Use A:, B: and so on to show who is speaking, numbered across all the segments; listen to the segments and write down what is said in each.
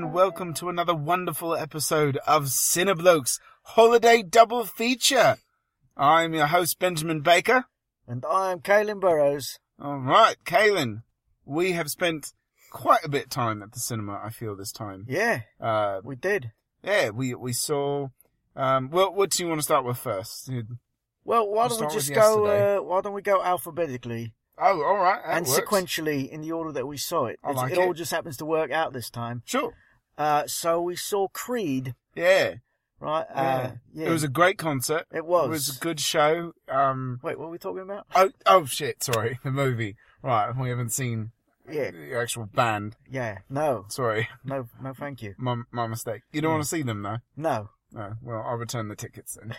A: welcome to another wonderful episode of Cineblokes Holiday Double Feature. I'm your host, Benjamin Baker.
B: And I'm Caelan Burrows.
A: All right, Kaelin, we have spent quite a bit of time at the cinema, I feel, this time.
B: Yeah,
A: Uh,
B: we did.
A: yeah, we, we saw, um, well, what do you want to start with first?
B: Well, why
A: We'll
B: don't we
A: start with
B: just go?
A: yesterday.
B: Uh, why don't we go alphabetically
A: Oh, all right. that
B: and
A: works.
B: sequentially in the order that we saw it?
A: I
B: It's-
A: like
B: it all
A: it.
B: just happens to work out this time.
A: Sure.
B: Uh, so we saw Creed,
A: Yeah.
B: right?
A: yeah.
B: Uh, yeah.
A: It was a great concert.
B: It was.
A: It was a good show. Um,
B: Wait, what were we talking about?
A: oh, oh shit, sorry, the movie. Right, we haven't seen
B: Yeah,
A: the actual band.
B: yeah. No,
A: Sorry,
B: no, no. Thank you.
A: my, my mistake. You don't
B: Hmm.
A: want to see them though?
B: No.
A: No. Well, I'll return the tickets then.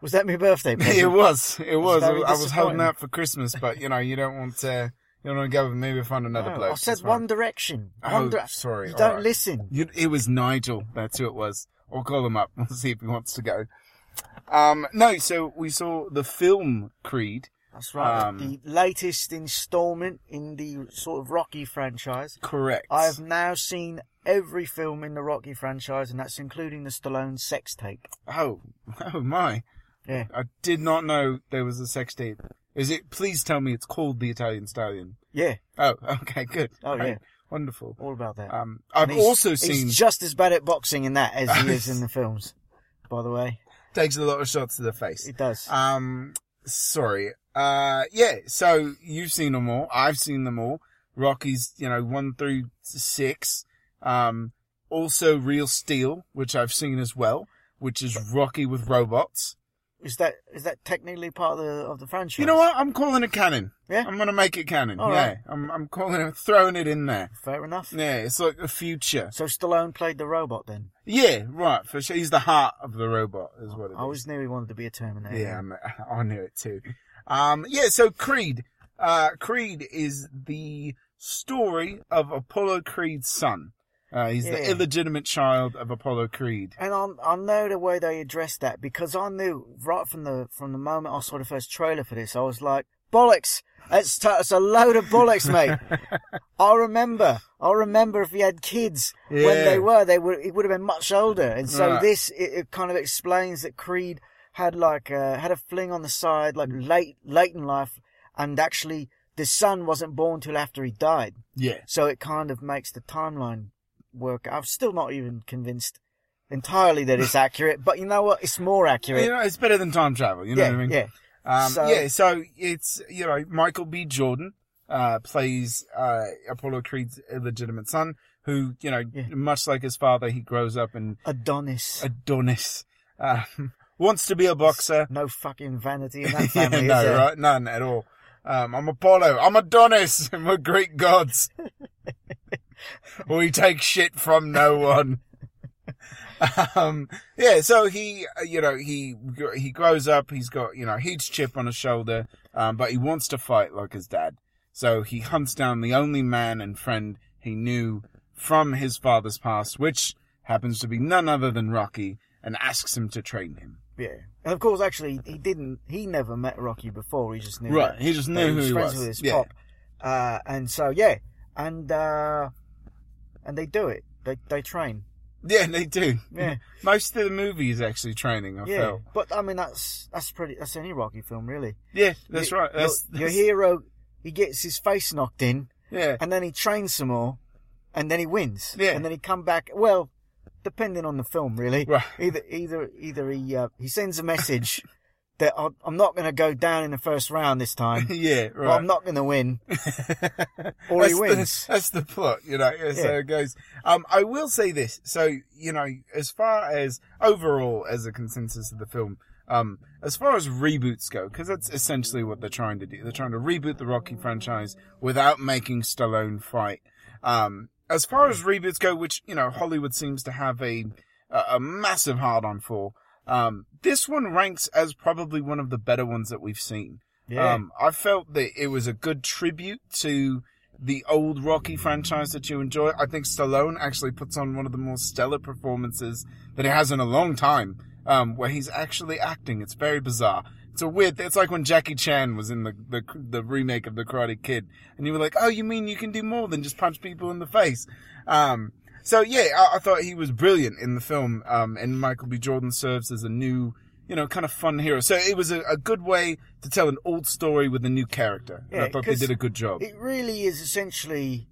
B: Was that my birthday?
A: it
B: present?
A: was. It was. I
B: very
A: was holding
B: disappointing.
A: out for Christmas, but you know, you don't want to. You don't want to go with me. We'll find another
B: No,
A: bloke.
B: I said
A: It's fine.
B: One Direction.
A: Oh,
B: One Dire-
A: sorry,
B: You
A: all
B: don't
A: right.
B: listen.
A: You, it was Nigel. That's who it was. I'll call him up. We'll see if he wants to go. Um, no, so we saw the film Creed.
B: That's right.
A: Um,
B: the latest installment in the sort of Rocky franchise.
A: Correct.
B: I have now seen every film in the Rocky franchise, and that's including the Stallone sex tape.
A: Oh, oh my!
B: Yeah.
A: I did not know there was a sex tape. Is it? Please tell me it's called the Italian Stallion.
B: Yeah,
A: Oh, okay, good.
B: Oh,
A: Right,
B: yeah.
A: wonderful.
B: all about that.
A: Um,
B: And
A: I've
B: he's-
A: also
B: he's
A: seen
B: just as bad at boxing in that as he is in the films. By the way,
A: takes a lot of shots to the face.
B: he does.
A: Um, sorry. Uh, yeah. So you've seen them all. I've seen them all. Rockies, you know, one through six. Um, also Real Steel, which I've seen as well, which is Rocky with robots.
B: Is that is that technically part of the of the franchise?
A: You know what? I'm calling it canon.
B: Yeah.
A: I'm gonna make it canon.
B: All
A: yeah.
B: right.
A: I'm I'm calling it throwing it in there.
B: Fair enough.
A: Yeah, it's like the future.
B: So Stallone played the robot then.
A: Yeah, right. For sure. He's the heart of the robot, is what it is.
B: I always knew he wanted to be a Terminator.
A: Yeah, I'm, I knew it too. Um, yeah. So Creed, uh, Creed is the story of Apollo Creed's son. Uh, he's
B: Yeah.
A: the illegitimate child of Apollo Creed.
B: And I, I know the way they addressed that because I knew right from the from the moment I saw the first trailer for this, I was like, bollocks! That's, t- that's a load of bollocks, mate. I remember, I remember if he had kids
A: Yeah.
B: when they were, they would he would have been much older. And so
A: Right.
B: this it, it kind of explains that Creed had like uh, had a fling on the side, like late late in life, and actually the son wasn't born till after he died.
A: Yeah.
B: So it kind of makes the timeline work. I'm still not even convinced entirely that it's accurate, but you know what? It's more accurate.
A: You know, it's better than time travel. You know
B: yeah,
A: what I mean?
B: yeah.
A: Um,
B: So-
A: yeah, so it's, you know, Michael B. Jordan, uh, plays, uh, Apollo Creed's illegitimate son, who, you know,
B: Yeah.
A: much like his father, he grows up and
B: Adonis.
A: Adonis, uh, wants to be a boxer.
B: no fucking vanity in that
A: Yeah,
B: family,
A: no,
B: is there?
A: right? None at all. Um, I'm Apollo. I'm Adonis, and we're Greek gods. we take shit from no one. um, yeah, so he, uh, you know, he he grows up. He's got you know a huge chip on his shoulder, um, but he wants to fight like his dad. So he hunts down the only man and friend he knew from his father's past, which happens to be none other than Rocky, and asks him to train him.
B: Yeah. And of course, actually, he didn't. He never met Rocky before. He just knew.
A: Right,
B: that-
A: he just
B: that
A: knew who
B: was
A: he
B: friends
A: was.
B: With his
A: Yeah.
B: pop. Uh, and so yeah, and uh, and they do it. They they train.
A: Yeah, they do.
B: Yeah.
A: Most of the movie is actually training, I
B: yeah.
A: felt.
B: But I mean, that's that's pretty. That's any Rocky film, really.
A: Yeah, that's
B: You-
A: right.
B: your-
A: That's,
B: your
A: that's-
B: hero. He gets his face knocked in.
A: Yeah.
B: and then he trains some more, and then he wins.
A: Yeah.
B: And then he come back. Well, depending on the film, really.
A: Right.
B: Either either either he uh, he sends a message that I'm I'm not going to go down in the first round this time.
A: Yeah,
B: or
A: right.
B: I'm not going to win. or
A: that's
B: he wins.
A: The, that's the plot, you know. yeah, So
B: Yeah.
A: it goes. Um, I will say this. So, you know, as far as overall as a consensus of the film, um, as far as reboots go, because that's essentially what they're trying to do. They're trying to reboot the Rocky franchise without making Stallone fight. Um, as far as reboots go, which you know Hollywood seems to have a a, a massive hard on for, um, this one ranks as probably one of the better ones that we've seen.
B: Yeah.
A: Um, I felt that it was a good tribute to the old Rocky franchise that you enjoy. I think Stallone actually puts on one of the more stellar performances that he has in a long time, um, where he's actually acting. It's very bizarre. It's a weird. It's like when Jackie Chan was in the, the the remake of The Karate Kid, and you were like, "Oh, you mean you can do more than just punch people in the face?" Um, So yeah, I, I thought he was brilliant in the film, um, and Michael B. Jordan serves as a new, you know, kind of fun hero. So it was a, a good way to tell an old story with a new character. and
B: Yeah,
A: I thought they
B: 'cause
A: did a good job.
B: It really is essentially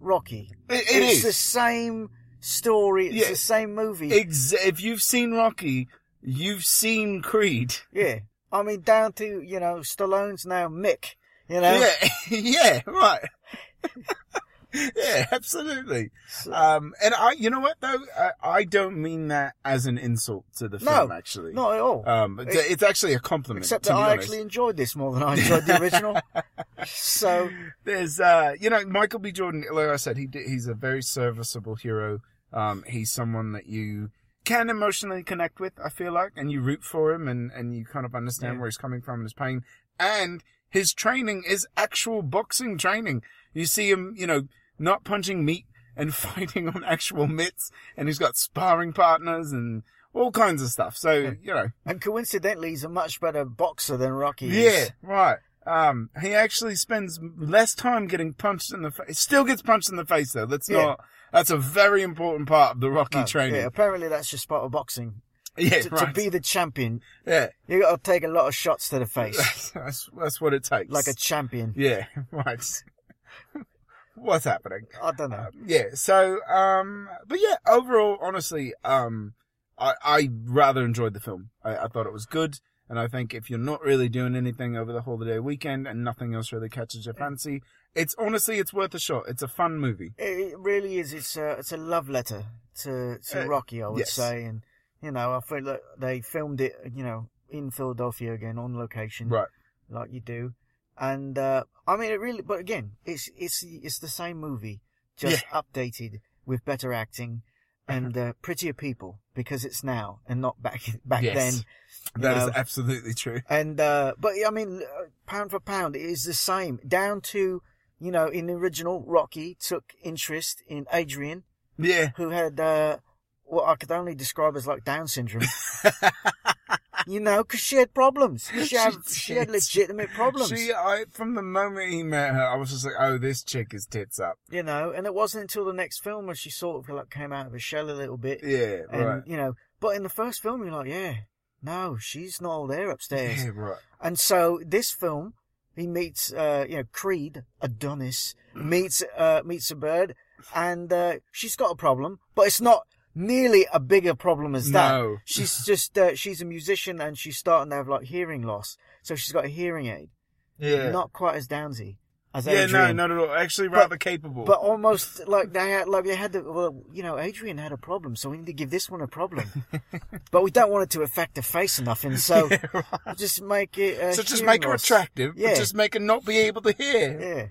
B: Rocky.
A: It- it
B: it's
A: is.
B: the same story. It's
A: Yeah.
B: the same movie.
A: Ex- if you've seen Rocky, you've seen Creed.
B: yeah. I mean, down to you know Stallone's now Mick. You know.
A: Yeah, yeah, right. yeah, absolutely.
B: So-
A: Um, and I, you know what though, I, I don't mean that as an insult to the
B: No,
A: film. Actually,
B: Not at all.
A: Um, it's, it's actually a compliment.
B: Except
A: to
B: that
A: be
B: I
A: honest.
B: actually enjoyed this more than I enjoyed the original. so
A: there's, uh, you know, Michael B. Jordan. Like I said, he did, he's a very serviceable hero. Um, he's someone that you can emotionally connect with. I feel like, and you root for him, and and you kind of understand
B: Yeah.
A: where he's coming from and his pain. And his training is actual boxing training. You see him, you know, not punching meat and fighting on actual mitts, and he's got sparring partners and all kinds of stuff. So you know,
B: and coincidentally, he's a much better boxer than Rocky
A: yeah,
B: is.
A: right. Um, he actually spends less time getting punched in the face. Still gets punched in the face though. That's
B: Yeah.
A: not. That's a very important part of the Rocky
B: No, Yeah,
A: training.
B: apparently that's just part of boxing.
A: Yeah,
B: to,
A: right.
B: to be the champion,
A: yeah,
B: you got to take a lot of shots to the face,
A: that's that's what it takes.
B: like a champion.
A: yeah, right. What's happening?
B: I don't know.
A: Um, yeah. So, um, but yeah, overall, honestly, um, I, I rather enjoyed the film. I, I thought it was good. And I think if you're not really doing anything over the holiday weekend and nothing else really catches your fancy, it's honestly, it's worth a shot. It's a fun movie.
B: It it really is. It's a it's a love letter to to
A: Uh,
B: Rocky, I would
A: yes.
B: say, and you know I feel that they filmed it, you know, in Philadelphia again on location,
A: Right.
B: like you do, and uh, I mean it really. But again, it's it's it's the same movie, just updated with better acting and
A: Uh-huh.
B: uh, prettier people because it's now and not back back
A: Yes.
B: then. you
A: That is
B: know.
A: absolutely true.
B: And uh, but I mean, uh, pound for pound, it is the same down to. You know, in the original, Rocky took interest in Adrian,
A: Yeah.
B: who had uh, what I could only describe as like Down syndrome. you know, because she had problems. She had,
A: She
B: she had
A: did.
B: legitimate problems.
A: She, I, from the moment he met her, I was just like, oh, this chick is tits up.
B: You know, and it wasn't until the next film where she sort of like came out of her shell a little bit.
A: Yeah.
B: and
A: Right.
B: you know, but in the first film, you're like, yeah, no, she's not all there upstairs.
A: Yeah. Right.
B: And so this film, he meets, uh, you know, Creed Adonis
A: Mm.
B: meets uh, meets a bird, and uh, she's got a problem, but it's not nearly a bigger problem as that.
A: No.
B: She's just uh, she's a musician and she's starting to have like hearing loss, so she's got a hearing aid.
A: Yeah.
B: Not quite as downsy as
A: yeah. No.
B: Adrian,
A: Not at all. Actually,
B: But-
A: rather capable.
B: but almost like they had like they had the well, you know, Adrian had a problem, so we need to give this one a problem, but we don't want it to affect the face enough, and so
A: Yeah, right.
B: we'll just make it. Uh,
A: So just
B: hearing
A: make her
B: loss.
A: attractive,
B: Yeah.
A: but just make her not be able to hear.
B: Yeah.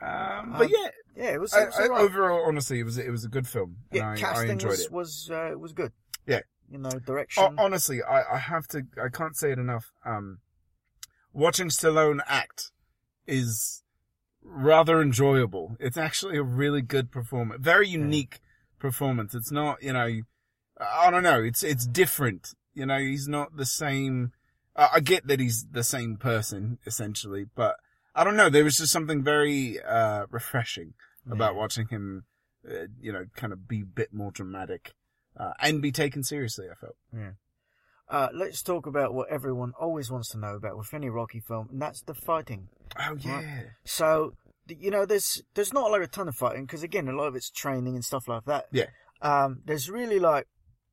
A: Um, but
B: Um,
A: yeah,
B: Yeah, it was,
A: I,
B: it was
A: I-
B: alright.
A: overall, honestly, it was it was a good film, and
B: yeah,
A: I, I
B: casting
A: enjoyed
B: was
A: it.
B: was uh, was good.
A: Yeah. Oh,
B: you know, direction.
A: Ho- honestly, I, I have to, I can't say it enough. Um, watching Stallone act is rather enjoyable. It's actually a really good performance, very unique performance. It's not, you know, I don't know, it's it's different. You know, he's not the same. I I get that he's the same person essentially, but I don't know. There was just something very uh, refreshing oh, about watching him, uh, you know, kind of be a bit more dramatic uh, and be taken seriously. I felt.
B: Uh, let's talk about what everyone always wants to know about with any Rocky film, and that's the fighting.
A: Oh yeah,
B: So th- you know, there's there's not like a ton of fighting because again, a lot of it's training and stuff like that.
A: Yeah.
B: Um, there's really like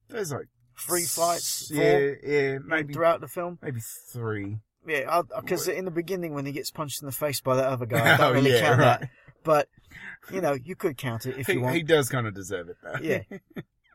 A: there's like
B: three fights, four
A: Yeah, yeah, maybe
B: throughout the film.
A: maybe three.
B: Yeah, because in the beginning when he gets punched in the face by that other guy, I
A: Oh,
B: don't really
A: yeah,
B: count that.
A: right.
B: But you know, you could count it if you
A: he,
B: want.
A: he does kind of deserve it though.
B: Yeah.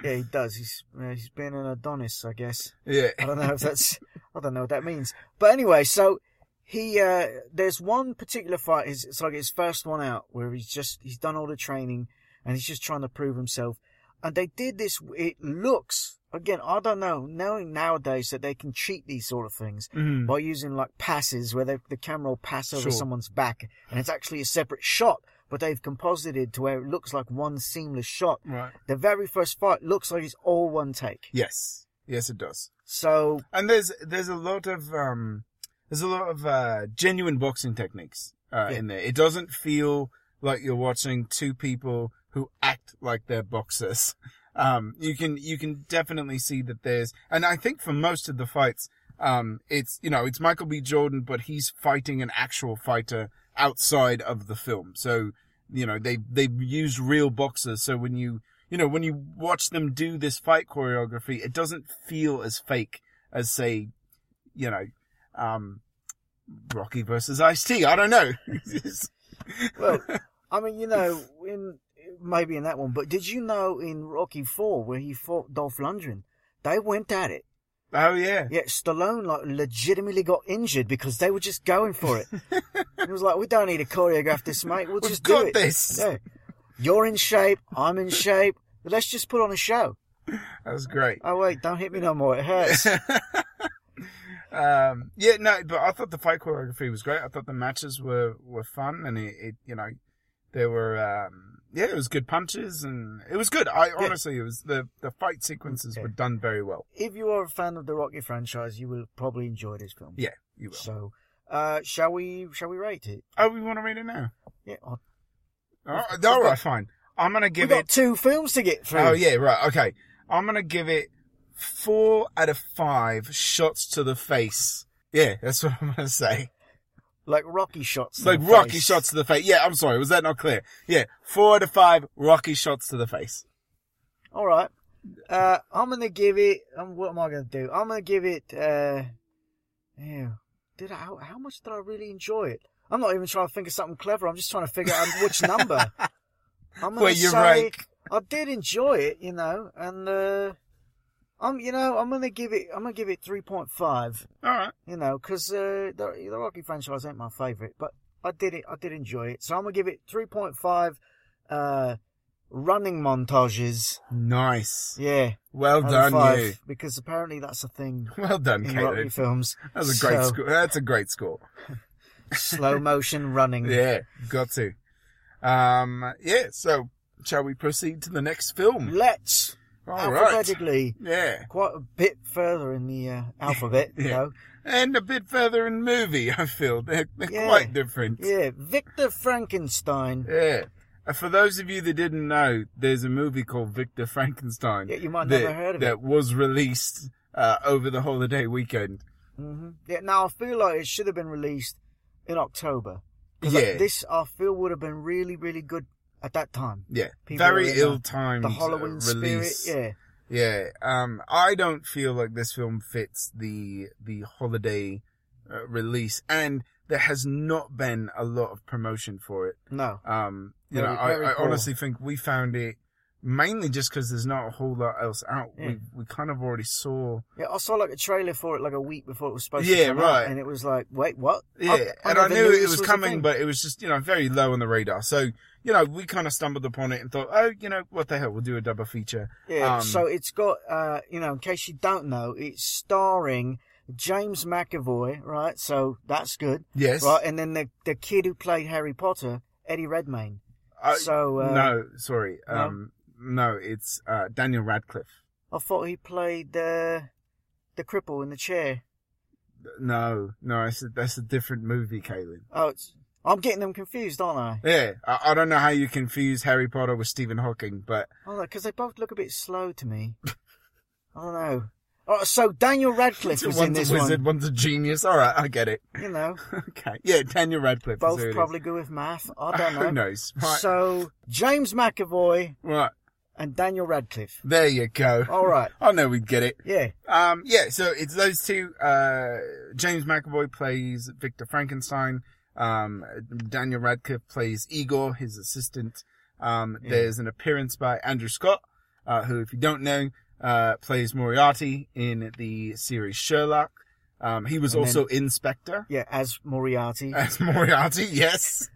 B: Yeah, he does. He's uh, he's been an Adonis, I guess.
A: yeah,
B: I don't know if that's I don't know what that means. But anyway, so he uh there's one particular fight. Is it's like his first one out where he's just he's done all the training and he's just trying to prove himself. And they did this. It looks again. I don't know. Knowing nowadays that they can cheat these sort of things
A: Mhm.
B: by using like passes where they, the camera will pass over
A: Sure.
B: someone's back and it's actually a separate shot. But they've composited to where it looks like one seamless shot
A: right.
B: the very first fight looks like it's all one take.
A: Yes, yes, it does.
B: So
A: And there's there's a lot of um there's a lot of uh genuine boxing techniques uh,
B: Yeah.
A: in there. It doesn't feel like you're watching two people who act like they're boxers. Um, you can you can definitely see that there's, and I think for most of the fights, um, it's you know it's Michael B. Jordan, but he's fighting an actual fighter outside of the film. So you know they they use real boxers. So when you you know when you watch them do this fight choreography, it doesn't feel as fake as say, you know, um, Rocky versus Ice T. I don't know.
B: Well, I mean, you know, in maybe in that one, but did you know in Rocky Four where he fought Dolph Lundgren, they went at it.
A: oh yeah.
B: Yet Stallone like legitimately got injured because they were just going for it. it was like we don't need to choreograph this, mate. We'll
A: We've
B: just do
A: got
B: it.
A: this.
B: Yeah. You're in shape. I'm in shape. Let's just put on a show.
A: That was great.
B: Oh wait, don't hit me no more. It hurts.
A: um, yeah, no, but I thought the fight choreography was great. I thought the matches were, were fun and it, it you know, there were, um, yeah, it was good punches and it was good. I honestly, it was the, the fight sequences were done very well.
B: if you are a fan of the Rocky franchise, you will probably enjoy this film.
A: Yeah, you will.
B: So, uh, shall we? Shall we rate it?
A: Oh, we want to read it now.
B: Yeah. I-
A: All right, all right fine. I'm going to
B: We
A: give
B: got
A: it.
B: two films to get through.
A: Oh, yeah, right. Okay. I'm going to give it four out of five shots to the face. Yeah, that's what I'm going to say.
B: Like Rocky shots.
A: It's
B: in
A: like
B: the
A: rocky
B: face.
A: shots to the face. Yeah, I'm sorry. Was that not clear? Yeah, four out of five rocky shots to the face.
B: All right. Uh, I'm gonna give it. Um, what am I gonna do? I'm gonna give it. Uh, yeah. Did I? How, how much did I really enjoy it? I'm not even trying to think of something clever. I'm just trying to figure out which number. I'm gonna
A: Well, you're
B: say
A: right.
B: I did enjoy it, you know, and uh, I'm, you know, I'm gonna give it. I'm gonna give it three point five.
A: All right.
B: You know, because uh, the, the Rocky franchise ain't my favourite, but I did it. I did enjoy it. So I'm gonna give it 3.5 uh, running montages.
A: Nice.
B: Yeah,
A: Well
B: out of
A: done,
B: five,
A: you.
B: Because apparently that's a thing
A: Well done,
B: in Rocky
A: Caitlin.
B: films.
A: That was a great
B: So,
A: score. That's a great score.
B: slow motion running.
A: Yeah, got to. Um, yeah. So, shall we proceed to the next film?
B: Let's
A: All right.
B: alphabetically
A: Yeah,
B: quite a bit further in the uh, alphabet.
A: Yeah.
B: You know.
A: and a bit further in movie. I feel they're, they're
B: Yeah.
A: quite different.
B: Yeah, Victor Frankenstein.
A: Yeah. Uh, For those of you that didn't know, there's a movie called Victor Frankenstein.
B: Yeah, you might
A: that,
B: never heard of
A: that
B: it.
A: was released uh, over the holiday weekend.
B: hmm Yeah, now I feel like it should have been released in October. 'Cause,
A: Yeah,
B: like, this I feel would have been really, really good at that time.
A: yeah,
B: people
A: very
B: in the-
A: ill-timed
B: The Halloween
A: uh, release.
B: spirit. Yeah.
A: yeah. Um, I don't feel like this film fits the the holiday uh, release, and there has not been a lot of promotion for it.
B: No.
A: Um, you
B: Very-
A: know, I,
B: very
A: I
B: poor.
A: honestly think we found it mainly just because there's not a whole lot else out.
B: Yeah.
A: We we kind of already saw.
B: Yeah, I saw like a trailer for it like a week before it was supposed to
A: Yeah,
B: come
A: right.
B: out, and it was like, wait, what?
A: Yeah, and I
B: never
A: knew it
B: this
A: was,
B: a
A: coming,
B: thing.
A: but it was just you know very low on the radar. So you know we kind of stumbled upon it and thought, oh, you know what the hell, we'll do a double feature.
B: yeah.
A: um,
B: so it's got, uh, you know, in case you don't know, it's starring James McAvoy, right? So that's good,
A: Yes,
B: right? And then the the kid who played Harry Potter, Eddie Redmayne.
A: Uh,
B: so uh,
A: no, sorry,
B: no?
A: um, no, it's uh, Daniel Radcliffe.
B: I thought he played uh, the cripple in the chair.
A: No, no, that's a, that's a different movie, Caitlin.
B: Oh, it's, I'm getting them confused, aren't I?
A: Yeah, I, I don't know how you confuse Harry Potter with Stephen Hawking, but
B: I don't because they both look a bit slow to me. I don't know. Oh, so Daniel Radcliffe was in
A: one's
B: this
A: a wizard,
B: one.
A: one's a genius. All right, I get it.
B: You know,
A: Okay, yeah, Daniel Radcliffe. is who it
B: both
A: is.
B: probably good with math. I don't know.
A: Who knows? Right,
B: So James McAvoy
A: right,
B: and Daniel Radcliffe.
A: there you go.
B: All right.
A: I know we'd get it.
B: Yeah.
A: Um, yeah, so it's those two. Uh, James McAvoy plays Victor Frankenstein. Um, Daniel Radcliffe plays Igor, his assistant. Um,
B: Yeah.
A: there's an appearance by Andrew Scott, uh, who, if you don't know, uh, plays Moriarty in the series Sherlock. Um, he was
B: And
A: also Inspector
B: Yeah, as Moriarty.
A: as Moriarty. Yes,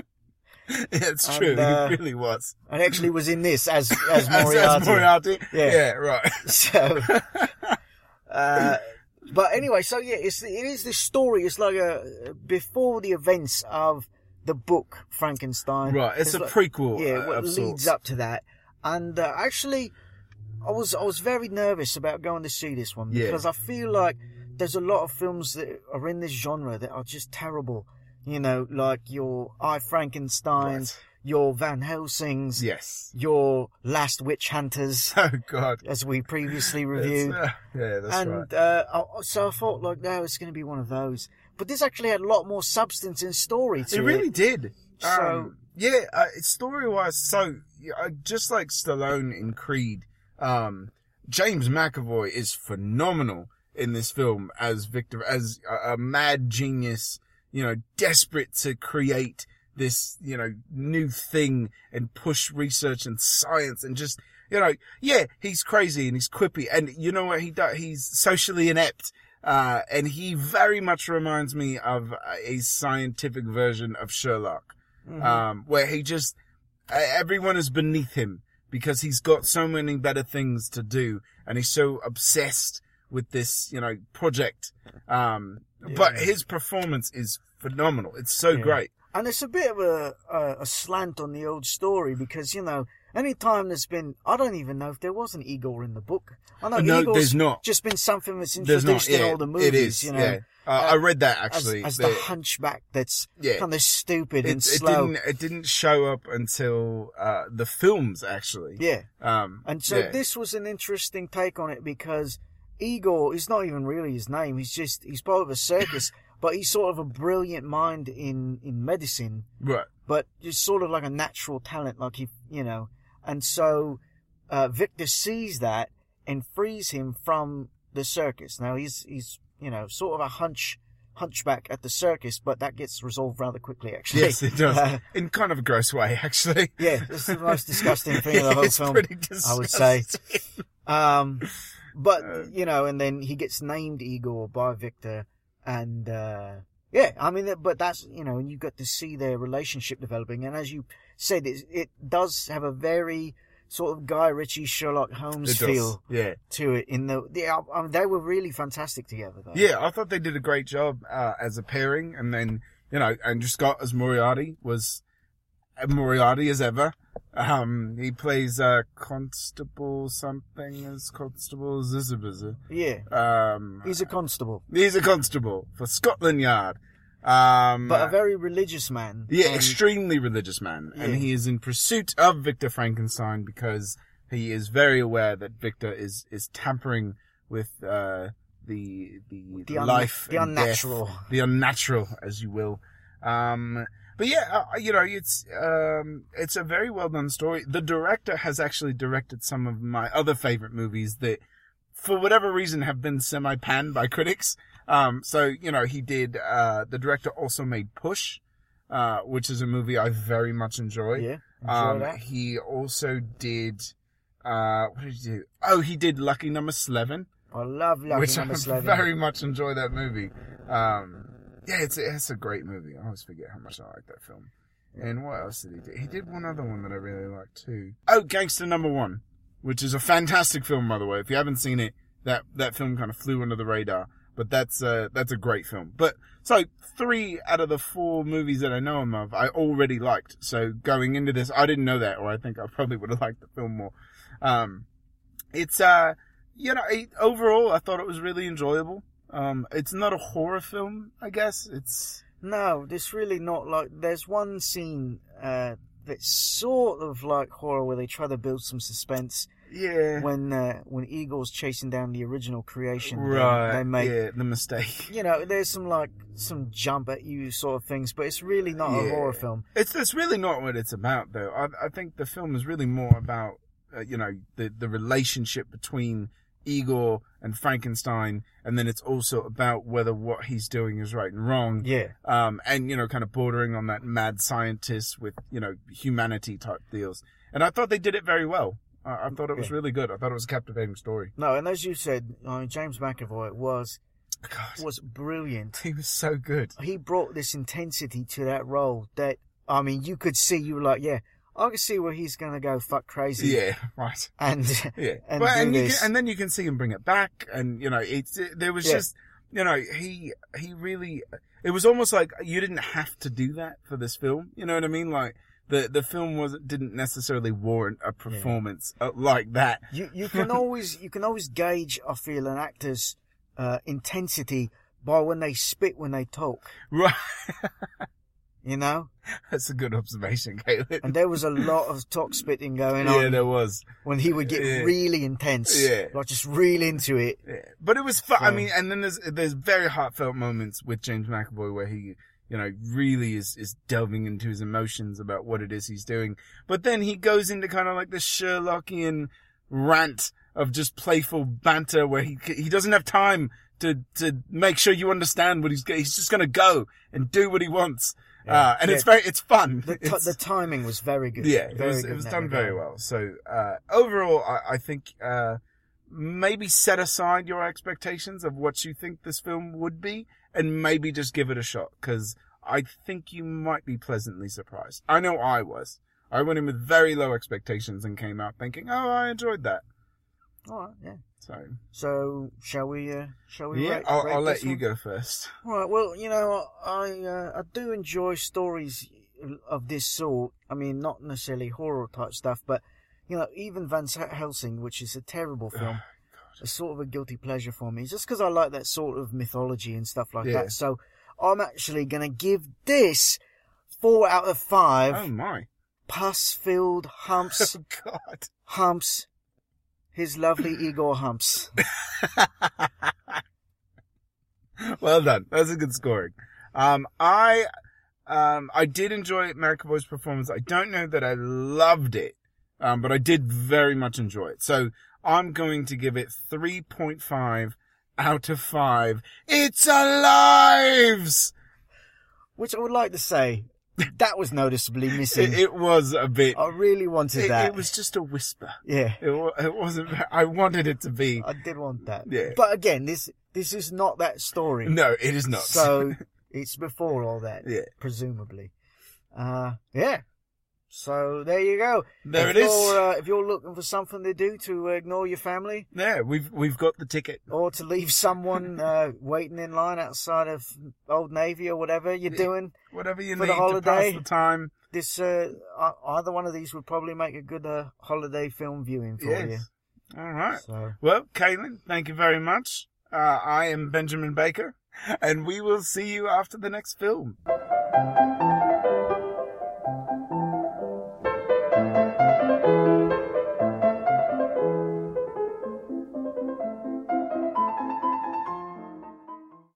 A: it's
B: And,
A: true.
B: uh,
A: he really was
B: And actually was in this as as Moriarty.
A: As, Moriarty.
B: Yeah.
A: yeah right.
B: So uh but anyway, so yeah, it's it is this story. It's like a before the events of the book Frankenstein.
A: Right, it's, a
B: like-
A: prequel.
B: yeah,
A: uh,
B: what
A: of
B: leads
A: sorts.
B: up to that. And uh, actually, I was I was very nervous about going to see this one
A: Yeah.
B: because I feel like there's a lot of films that are in this genre that are just terrible. You know, like your I Frankenstein's, your Van Helsing's,
A: Yes.
B: your Last Witch Hunters,
A: Oh God.
B: as we previously
A: It's,
B: reviewed.
A: uh, yeah, that's
B: and
A: right.
B: uh, I- so I thought, like, no, it's going to be one of those. But this actually had a lot more substance and story to
A: It
B: it.
A: really did.
B: So-
A: um, yeah, uh, story wise, so yeah, uh, just like Stallone in Creed, um, James McAvoy is phenomenal in this film as Victor, as a, a mad genius, you know, desperate to create this, you know, new thing and push research and science and just, you know, yeah, he's crazy and he's quippy and you know what he does? He's socially inept. Uh, and he very much reminds me of a scientific version of Sherlock,
B: Mhm.
A: um, where he just, uh, everyone is beneath him because he's got so many better things to do and he's so obsessed with this, you know, project. Um, but
B: Yeah.
A: his performance is phenomenal. It's so
B: Yeah.
A: great.
B: And it's a bit of a, a, a slant on the old story because, you know, any time there's been, I don't even know if there was an Igor in the book. I know
A: No,
B: Igor's
A: there's not.
B: just been something that's
A: There's
B: introduced
A: not.
B: in
A: yeah,
B: all the movies,
A: it is.
B: you know.
A: yeah. Uh, I read that actually.
B: as, as the,
A: that-
B: hunchback that's
A: Yeah.
B: kind of stupid
A: it,
B: and
A: it
B: slow.
A: didn't. It didn't show up until uh, the films actually.
B: Yeah.
A: Um,
B: And so
A: yeah.
B: this was an interesting take on it because Igor is not even really his name. He's just, he's part of a circus, but he's sort of a brilliant mind in, in medicine.
A: right.
B: but just sort of like a natural talent, like he, you know. And so uh, Victor sees that and frees him from the circus. Now he's he's you know sort of a hunch hunchback at the circus, but that gets resolved rather quickly, actually.
A: Yes, it does.
B: Uh,
A: In kind of a gross way, actually.
B: yeah, it's the most disgusting thing of the whole
A: it's
B: film.
A: pretty
B: I would say.
A: disgusting.
B: Um, but
A: Uh,
B: you know, and then he gets named Igor by Victor, and uh, yeah, I mean, but that's you know, and you got to see their relationship developing, and as you said, it, it does have a very sort of Guy Ritchie Sherlock Holmes
A: It does.
B: feel
A: Yeah.
B: to it. In the, the I mean, they were really fantastic together, though.
A: Yeah, I thought they did a great job uh, as a pairing, and then you know Andrew Scott as Moriarty was uh, Moriarty as ever. Um, he plays uh, Constable something as Constable Zizabizza.
B: yeah.
A: Um,
B: He's a constable,
A: he's a constable for Scotland Yard. Um,
B: but a very religious man.
A: yeah,
B: and-
A: extremely religious man, and
B: Yeah.
A: he is in pursuit of Victor Frankenstein because he is very aware that Victor is is tampering with uh, the the,
B: the un-
A: life,
B: the
A: and death,
B: unnatural.
A: the unnatural, as you will. Um, but yeah, uh, you know, it's um, it's a very well done story. The director has actually directed some of my other favorite movies that, for whatever reason, have been semi panned by critics. Um, so you know, he did. Uh, the director also made Push, uh, which is a movie I very much enjoy.
B: Yeah, enjoy
A: Um,
B: that.
A: he also did. Uh, what did he do? Oh, he did Lucky Number Eleven
B: I love Lucky
A: which
B: Number
A: I
B: 11.
A: very much enjoy that movie. Um, yeah, it's it's a great movie. I always forget how much I like that film. And what else did he do? He did one other one that I really liked too. Oh, Gangster Number One, which is a fantastic film, by the way. If you haven't seen it, that that film kind of flew under the radar, but that's uh that's a great film. But so three out of the four movies that I know him of, I already liked. So going into this, I didn't know that, or I think I probably would have liked the film more. Um, it's uh you know, I, overall, I thought it was really enjoyable. Um, it's not a horror film, I guess. It's
B: No, there's really not like. There's one scene uh, that's sort of like horror where they try to build some suspense
A: yeah,
B: when uh, when Eagle's chasing down the original creation. that
A: right.
B: They make
A: yeah, the mistake.
B: you know there's some like some jump at you sort of things, but it's really not a
A: Yeah.
B: horror film.
A: It's that's really not what it's about, though. I I think the film is really more about uh, you know the the relationship between Igor and Frankenstein, and then it's also about whether what he's doing is right and wrong.
B: Yeah,
A: um, and you know, kind of bordering on that mad scientist with you know humanity type deals. And I thought they did it very well. I, I thought it was
B: Yeah.
A: really good. I thought it was a captivating story.
B: no, and as you said, I mean, James McAvoy was
A: God,
B: was brilliant.
A: he was so good.
B: He brought this intensity to that role that I mean, you could see you were like, yeah, I can see where he's gonna go fuck crazy.
A: Yeah, right.
B: and
A: Yeah,
B: and
A: well,
B: do
A: and, you
B: this.
A: can, and then you can see him bring it back, and you know, it's it, there was
B: Yeah.
A: just you know he he really it was almost like you didn't have to do that for this film. You know what I mean? Like the the film was didn't necessarily warrant a performance uh like that.
B: You you can always you can always gauge I feel an actor's uh, intensity by when they spit when they talk.
A: Right.
B: you know?
A: That's a good observation, Caleb.
B: And there was a lot of talk spitting going
A: yeah,
B: on
A: there was.
B: when he would get
A: Yeah.
B: really intense.
A: Yeah.
B: Like just real into it.
A: Yeah. But it was fun. I
B: So-
A: mean, and then there's there's very heartfelt moments with James McAvoy where he, you know, really is is delving into his emotions about what it is he's doing. But then he goes into kind of like the Sherlockian rant of just playful banter where he he doesn't have time to to make sure you understand what he's go- he's just going to go and do what he wants. Uh, and it's very it's fun.
B: The, t-
A: It's-
B: the timing was very good.
A: yeah, it
B: Very
A: was,
B: good
A: it was
B: in that
A: done
B: regard.
A: very well. So uh, overall, I, I think uh, maybe set aside your expectations of what you think this film would be, and maybe just give it a shot because I think you might be pleasantly surprised. I know I was. I went in with very low expectations and came out thinking, "Oh, I enjoyed that."
B: All right, yeah.
A: So
B: So, shall we, uh, shall we
A: yeah,
B: rate-
A: I'll,
B: rate
A: I'll let
B: this
A: you
B: one?
A: go first.
B: Right. Well, you know, I uh, I do enjoy stories of this sort. I mean, not necessarily horror type stuff, but you know, even Van Helsing, which is a terrible film, is sort of a guilty pleasure for me, just because I like that sort of mythology and stuff like
A: Yeah.
B: that. So I'm actually gonna give this four out of five
A: Oh my!
B: pus-filled humps,
A: Oh God!
B: humps, his lovely Igor humps.
A: well done. That's a good scoring. Um, I, um, I did enjoy McAvoy's performance. I don't know that I loved it, um, but I did very much enjoy it. So I'm going to give it 3.5 out of 5. It's alives!
B: Which I would like to say, that was noticeably missing.
A: It, it was a bit,
B: I really wanted
A: it,
B: that.
A: it was just a whisper.
B: Yeah,
A: It, wa- it wasn't, I wanted it to be.
B: I did want that.
A: Yeah.
B: But again, this this is not that story.
A: No, it is not.
B: So it's before all that,
A: Yeah.
B: presumably. Uh, yeah. So there you go.
A: There
B: if
A: it is.
B: You're, uh, if you're looking for something to do to ignore your family
A: yeah, we've, we've got the ticket.
B: or to leave someone uh, waiting in line outside of Old Navy or whatever you're doing,
A: Whatever you
B: For
A: need
B: the
A: to pass
B: holiday.
A: the time.
B: this uh, e- either one of these would probably make a good uh, holiday film viewing for
A: All
B: you.
A: right.
B: So
A: Well, Caitlin, thank you very much. Uh, I am Benjamin Baker, and we will see you after the next film.